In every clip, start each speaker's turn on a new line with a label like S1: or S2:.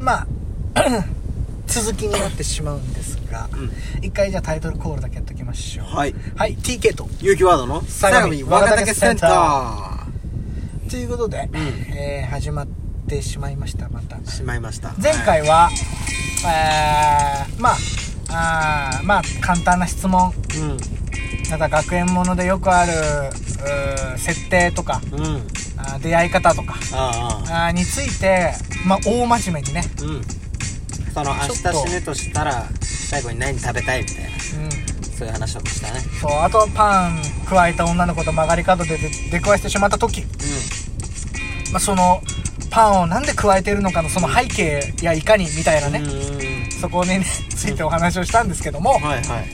S1: まあ 続きになってしまうんですが、一回じゃあタイトルコールだけやっときましょう
S2: はい
S1: はい TK と
S2: 勇気ワードの
S1: 相模
S2: 若竹センタ
S1: ということで、
S2: うん
S1: えー始まってしまいましたまた
S2: ーしまいました
S1: 前回は、えーまああーまあ簡単な質問
S2: う
S1: ただ学園ものでよくあるうー設定とか
S2: んうん
S1: あー出会い方とか
S2: ああ
S1: あーについて、まあ、大真面目にね、
S2: うんその明
S1: ちょっと
S2: 日死ぬとしたら最後に何食べたいみたいな
S1: うん、
S2: そういう話をしたね
S1: そうあとパンくわえた女の子と曲がり角で出出くわしてしまった時、まあ、そのパンをなんでくわえてるのかのその背景やいかにみたいな
S2: うん
S1: ね、
S2: う
S1: そこに、ね、ついてお話をしたんですけども
S2: ん、はいはい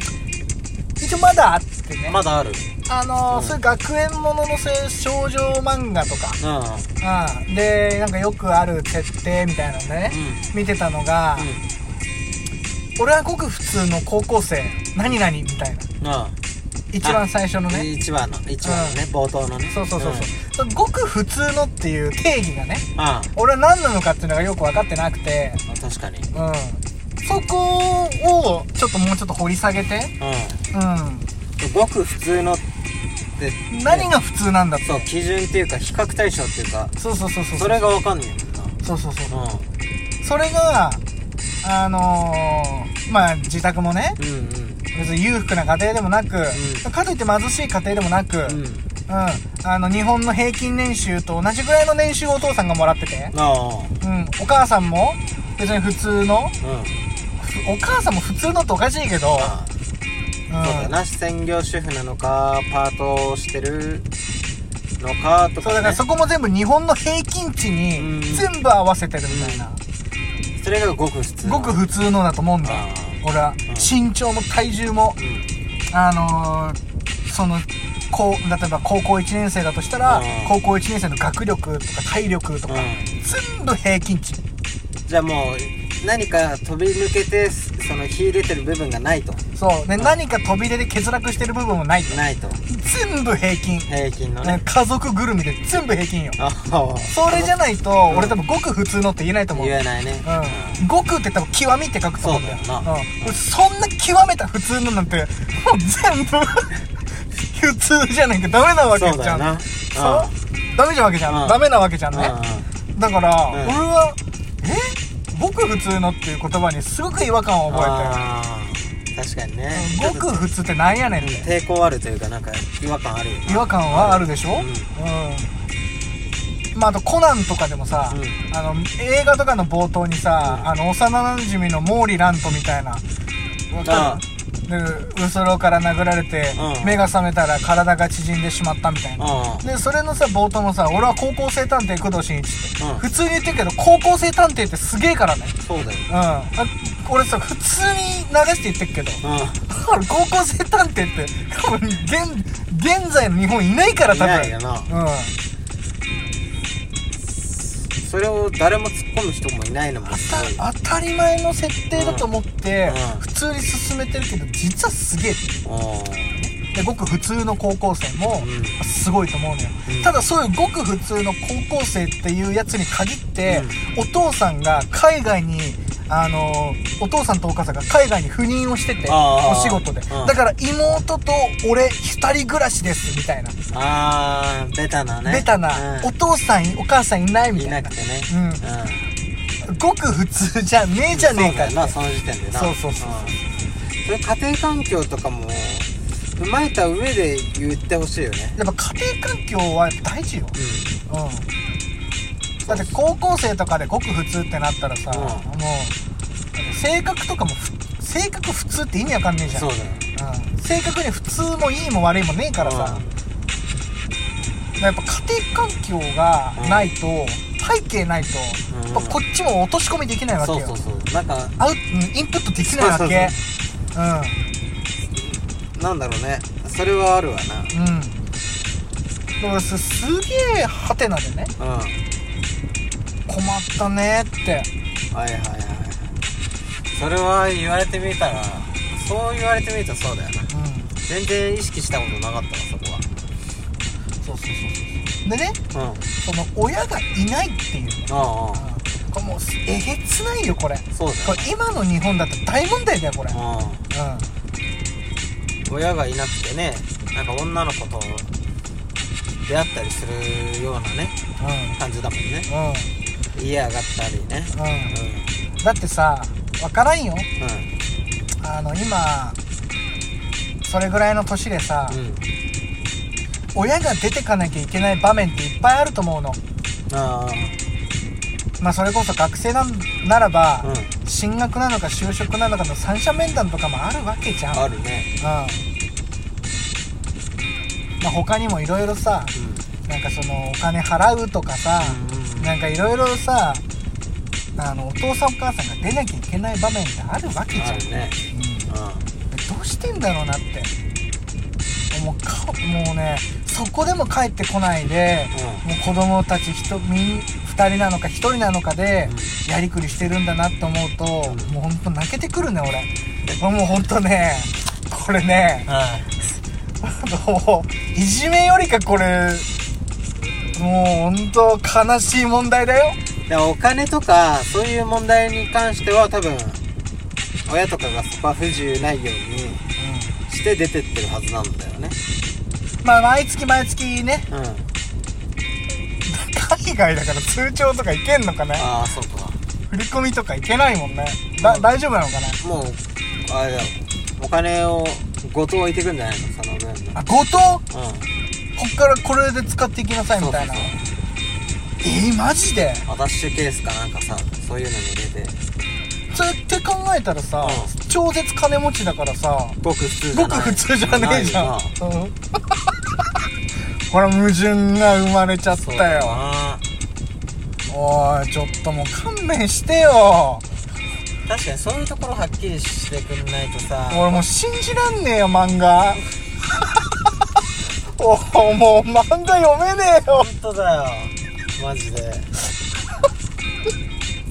S1: 一応まだあってね、
S2: まだある
S1: あのー
S2: うん
S1: そういう学園もののそういう少女漫画とか、
S2: うんうん
S1: うん、でなんかよくある設定みたいなのでね、見てたのが、俺はごく普通の高校生何々みたいな
S2: う
S1: 一番最初の
S2: ん
S1: ね
S2: 一番の一番のね冒頭のね
S1: そうそうそう
S2: うん
S1: そう、ごく普通のっていう定義がね
S2: あ
S1: 俺は何なのかっていうのがよく分かってなくて
S2: あ確かに
S1: うんそこをちょっともうちょっと掘り下げて
S2: う
S1: うん
S2: んごく普通のって
S1: 何が普通なんだって
S2: そう基準っていうか比較対象っていうか
S1: そうそうそうそう
S2: それがわかんね
S1: そうそうそう
S2: えもんなう
S1: それがあのーまあ自宅もね
S2: んうんうん
S1: 別に裕福な家庭でもなく、
S2: う
S1: かといって貧しい家庭でもなく、うん
S2: うん
S1: あの日本の平均年収と同じぐらいの年収をお父さんがもらってて、
S2: ああ
S1: うん、お母さんも別に普通の
S2: うん
S1: ふお母さんも普通のっておかしいけど、
S2: あ
S1: うん、
S2: あそうだな専業主婦なのかパートをしてるのかと
S1: そうだから
S2: かね
S1: そこも全部日本の平均値
S2: うん
S1: に全部合わせてるみたいな、
S2: それがごく普通
S1: ごく普通のだと思うんだ
S2: あ
S1: 俺は身長も体重も
S2: うん
S1: あのーそのこう例えば高校1年生だとしたら
S2: うん
S1: 高校1年生の学力とか体力とか、
S2: うん
S1: 全部平均値
S2: じゃあもう何か飛び抜けてその秀でてる部分がないと
S1: そうね、何か飛び出で欠落してる部分もない
S2: ないと
S1: 全部平均、
S2: 平均の
S1: ね
S2: ね
S1: 家族ぐるみで全部平均よ
S2: ああ
S1: それじゃないと、
S2: ん
S1: 俺多分ごく普通のって言えないと思う
S2: 言えないね
S1: うん、ごくって多分極みって書くと思うんだよ
S2: そうだよ
S1: ん
S2: な、
S1: 俺そんな極めた普通のなんてもう全部 普通じゃないかダメな
S2: う
S1: わ
S2: ん
S1: け
S2: そう
S1: じ
S2: だ
S1: ゃ
S2: よ
S1: ん
S2: な
S1: そうダメじゃんわけじゃ
S2: うんん
S1: ダメなわけじゃん
S2: うん
S1: ねだから、
S2: うん
S1: 俺はえごく普通のっていう言葉にすごく違和感を覚
S2: あー確かにね
S1: えてごく普通ってなんやねんって
S2: 抵抗あるというかなんか違和感あるよ
S1: 違和感はあるでしょうん、まあ、あとコナンとかでもさ、
S2: う
S1: あの映画とかの冒頭にさ、あの幼馴染の毛利蘭とみたいなわかるで後ろから殴られて、
S2: うん
S1: 目が覚めたら体が縮んでしまったみたいな、
S2: あ
S1: でそれのさ冒頭のさ「俺は高校生探偵工藤新一」って、
S2: うん
S1: 普通に言ってるけど高校生探偵ってすげえからね
S2: あそうだよ
S1: うんあ俺さ普通に流して言ってるけど
S2: う
S1: 俺高校生探偵って多分現現在の日本いないから
S2: んい
S1: 多分
S2: ないよな
S1: う
S2: それを誰も突っ込む人もいないのもすごい
S1: ん、当たり前の設定だと思って、
S2: うんうん
S1: 普通に進めてるけど実はすげえ
S2: う
S1: でごく普通の高校生も
S2: うん
S1: すごいと思うのよ、
S2: うん
S1: ただそういうごく普通の高校生っていうやつに限って、お父さんが海外にあのお父さんとお母さんが海外に赴任をしてて
S2: あー
S1: お仕事で、
S2: うん
S1: だから妹と俺2人暮らしですみたいな、
S2: んあーベタなね
S1: ベタな、
S2: うん
S1: お父さんいお母さんいないみ
S2: い
S1: たい
S2: な
S1: な
S2: くてね
S1: うんごく普通じゃねえじゃねえか
S2: そうだよ
S1: って
S2: なその時点でな
S1: そうそうそうん
S2: それ家庭環境とかも踏まえた上で言ってほしいよね
S1: やっぱ家庭環境は大事よ、
S2: う
S1: うん、だって高校生とかでごく普通ってなったらさ、
S2: うん
S1: もうだって性格とかもふ性格普通って意味わかんねえじゃん
S2: そうだよ
S1: うん、性格に普通もいいも悪いもねえからさ、やっぱ家庭環境がないと、背景ないと、
S2: うん
S1: やっぱこっちも落とし込みできないわけ
S2: そ
S1: よ
S2: うそうそうなんか
S1: アウインプットできないわけ
S2: そうそうなんだろうねそれはあるわ
S1: うんうんだからすすげえハテナでね
S2: なうん
S1: 困ったねって
S2: はいはいはいそれは言われてみたらそう言われてみるとそうだよな
S1: うん
S2: 全然意識したことなかったわそこ
S1: そうそうそうそうでね
S2: はうん
S1: その親がいないっていうね
S2: ああ
S1: うんこれもうすえげつないよこれ
S2: そう
S1: こ
S2: だ
S1: れ今の日本だって大問題だよこれうん
S2: よ、うん、親がいなくてねなんか女の子と出会ったりするようなね
S1: う
S2: 感じだもんね
S1: んうん
S2: 家上がったりね
S1: うんだってさわからんよ
S2: う
S1: あの今それぐらいの年でさ、
S2: んうんうん
S1: 親が出てかなきゃいけない場面っていっぱいあると思うの
S2: ああ
S1: まあそれこそ学生なんならば、
S2: うん
S1: 進学なのか就職なのかの三者面談とかもあるわけじゃん
S2: あるね
S1: うんまあ他にもいろいろさ
S2: うん
S1: なんかそのお金払うとかさ、
S2: うんうん
S1: なんかいろいろさあのお父さんお母さんが出なきゃいけない場面ってあるわけじゃん、
S2: あるね
S1: うん
S2: うん
S1: どうしてんだろうなってもうかもうねそこでも帰ってこないで、もう子供たち人みん2人なのか1人なのかでやりくりしてるんだなって思うと、
S2: うん
S1: もうほんと泣けてくるね俺もうほんとねこれね
S2: は
S1: もういじめよりかこれもうほんと悲しい問題だよ
S2: いでお金とかそういう問題に関しては多分親とかがそこは不自由ないようにして出てってるはずなんだよね
S1: まあ毎月毎月ね
S2: うん
S1: 海外だから通帳とかいけんのかね
S2: ああそうか
S1: 振り込みとかいけないもんねだ、
S2: うん
S1: 大丈夫なのかな
S2: もうあれだよお金をごと置いてくんじゃないのその分の
S1: あ後藤
S2: うん
S1: こっからこれで使っていきなさいみたいな
S2: そうそう
S1: えー、マジで
S2: そうアタッシュケースかなんかさそういうのに入れて
S1: それって考えたらさ、
S2: う
S1: 超絶金持ちだからさ
S2: ごく普通じ
S1: ご
S2: ゃな
S1: く普
S2: い
S1: 通じゃねえじゃん、う
S2: ないよ
S1: ん、 ほら矛盾が生まれちゃ
S2: な
S1: っ
S2: そう
S1: た
S2: だ
S1: よ
S2: な
S1: おいちょっともう勘弁してよ
S2: 確かにそういうところはっきりしてくんないとさ
S1: 俺もう信じらんねえよ漫画 おおもう漫画読めねえよ
S2: 本当だよマジで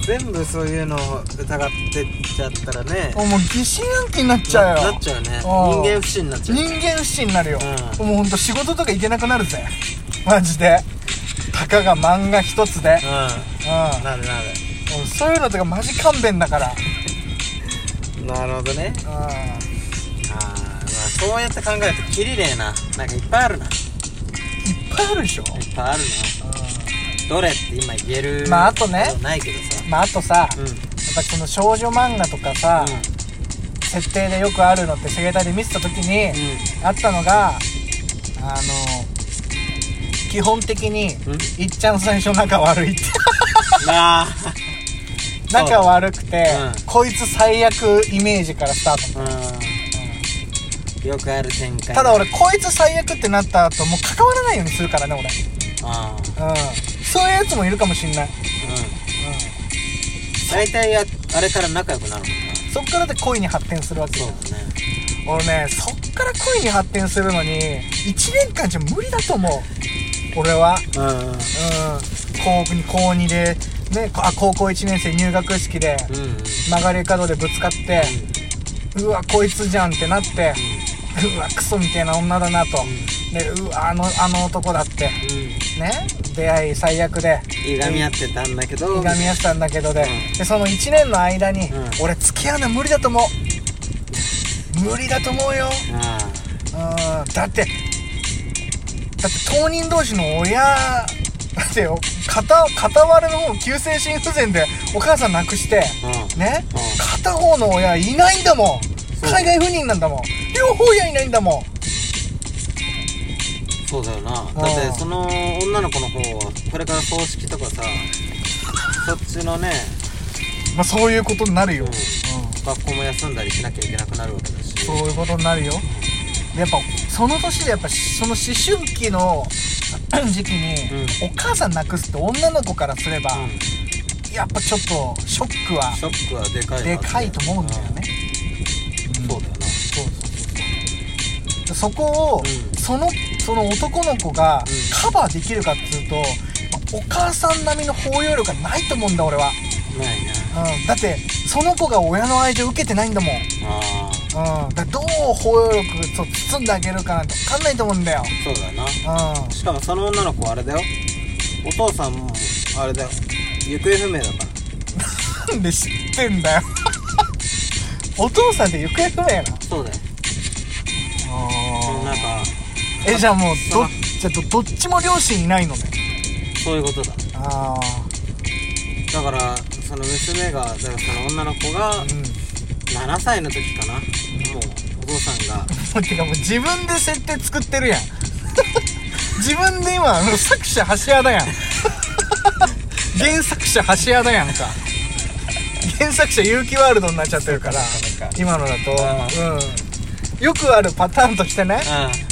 S2: 全部そういうのを疑ってっちゃったらね
S1: もう疑心暗鬼になっちゃう
S2: な
S1: よ
S2: なっちゃうね
S1: うん
S2: 人間不信になっちゃう
S1: 人間不信になるよ、
S2: う
S1: もうほんと仕事とか行けなくなるぜマジでたかが漫画一つで
S2: うんなるな
S1: うん、そういうのとかマジ勘弁だから
S2: るなるほどね
S1: うんい
S2: あーまあそうやって考えるとキリねえななんかいっぱいあるないっ
S1: っぱいあるでしょ、
S2: ぱいあるなどれって今言える
S1: まああとね
S2: ことないけどさ
S1: まああとさ、やっ
S2: うん
S1: ぱその少女漫画とかさ、設定でよくあるのってセゲタで見てた時に、あったのがあの基本的に、
S2: うんうん
S1: いっちゃん最初仲悪いって
S2: なあそう
S1: 仲悪くて、
S2: うん
S1: こいつ最悪イメージからスタート
S2: うんよくある展開
S1: ただ俺こいつ最悪ってなった後もう関わらないようにするからね俺
S2: あー
S1: うんそういうやつもいるかもしんない、
S2: うん
S1: う、
S2: 大体ああれから仲良くなるもんなん
S1: そっからで恋に発展するわけじゃん
S2: だね
S1: 俺ねそっから恋に発展するのに1年間じゃ無理だと思う俺は
S2: うん
S1: うん高2高2で、ね、こあ高校1年生入学式で
S2: うんうん
S1: 曲がり角でぶつかって、うわこいつじゃんってなって、うわクソみたいな女だなと、でうわあのあの男だって
S2: うん
S1: ね出会い最悪で
S2: いがみ合ってたんだけど
S1: いがみ合ってたんだけどで,、
S2: うん
S1: でその1年の間に、
S2: うん
S1: 俺付き合うの無理だと思う無理だと思うよ
S2: あ
S1: うんだってだって当人同士の親だってよ片片割れの方急性心不全でお母さん亡くして
S2: あうん
S1: ね、
S2: うん
S1: 片方の親いないんだもん
S2: そう
S1: 海外赴任なんだもん両方親いないんだもん
S2: そうだよなだってその女の子の方はこれから葬式とかさそっちのね
S1: まあそういうことになるよ、
S2: うん学校も休んだりしなきゃいけなくなるわけだし
S1: そういうことになるよでやっぱその年でやっぱその思春期の 時期に、お母さん亡くすって女の子からすれば、
S2: うん
S1: やっぱちょっとショックは
S2: ショックはでかいわ
S1: でかいと思うんだよね、
S2: うんそうだよな
S1: そうそうそうそこを、
S2: うん
S1: そのその男の子が
S2: う
S1: カ
S2: ん
S1: バーできるかっつうと、お母さん並みの包容力がないと思うんだ俺は、
S2: ないね
S1: うん、だってその子が親の愛情受けてないんだもん、うん、
S2: ああ
S1: だからどう包容力を包んであげるかなんて分かんないと思うんだよ、
S2: そうだよな
S1: うん、
S2: しかもその女の子はあれだよお父さんもあれだよ行方不明だから
S1: なんで知ってんだよ お父さんって行方不明な
S2: そうだよ
S1: の
S2: なんか
S1: えじゃあもうど
S2: そ
S1: じゃあどどっちも両親いないのね
S2: そういうことだ
S1: ああ
S2: だからその娘がだからその女の子が
S1: うん
S2: 7歳の時かなもうお父さんが
S1: もうてかもう自分で設定作ってるやん 自分で今もう作者橋谷だ やん原作者橋谷だやんか原作者有機ワールドになっちゃってるから
S2: そうか
S1: 今のだとうんよくあるパターンとしてね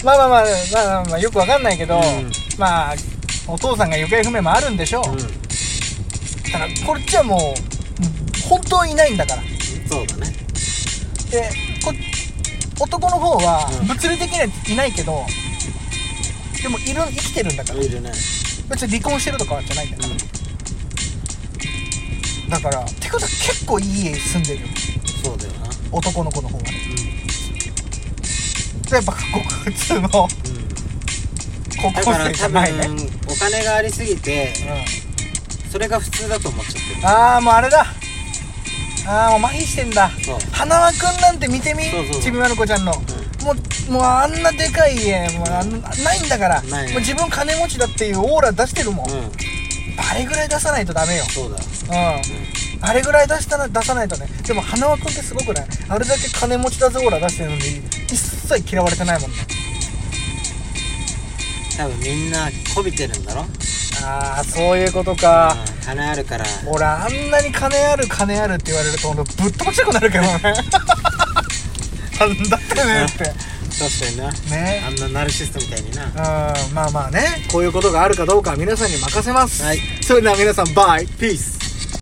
S2: う
S1: まあまあまあまあまあ、まあ、よくわかんないけど、
S2: うん
S1: まあお父さんが行方不明もあるんでしょう、
S2: ん、うん、
S1: ただこっちはもう本当にいないんだから
S2: そうだね
S1: でこ男の方は
S2: うん
S1: 物理的にはいないけど、でもいる生きてるんだから
S2: いるね
S1: 別に離婚してるとかじゃないんだから、だからてことは結構いい家住んでるよ
S2: そうだよな
S1: 男の子の方はねやっぱごく普通の高
S2: うん、うん、だ
S1: 校
S2: から
S1: 生じゃ
S2: 多
S1: ないね、
S2: 分お金がありすぎて
S1: う
S2: それが普通だと思っちゃってる
S1: ん、ああもうあれだああもう麻痺してんだ
S2: そう
S1: 花輪君なんて見てみ
S2: そうそうそう
S1: ちびまる子ちゃんの、もうもうあんなでかい家もうあんないんだから
S2: ないね
S1: もう自分金持ちだっていうオーラ出してるもん、
S2: うん
S1: あれぐらい出さないとダメよ
S2: そうだ
S1: うんあれぐらい出したら出さないとねでも花輪君ってすごくないあれだけ金持ちだぜオーラ出してるのに一切嫌われてないもんね
S2: 多分みんなこびてるんだろ
S1: ああそういうことか、
S2: うん金あるから
S1: 俺あんなに金ある金あるって言われるとほんとぶっ飛ばしたくなる けどねなんだってねって
S2: 確かにな
S1: ね
S2: あんなナルシストみたいにな
S1: うんまあまあねこういうことがあるかどうかは皆さんに任せます、
S2: はい
S1: それでは皆さんバイピース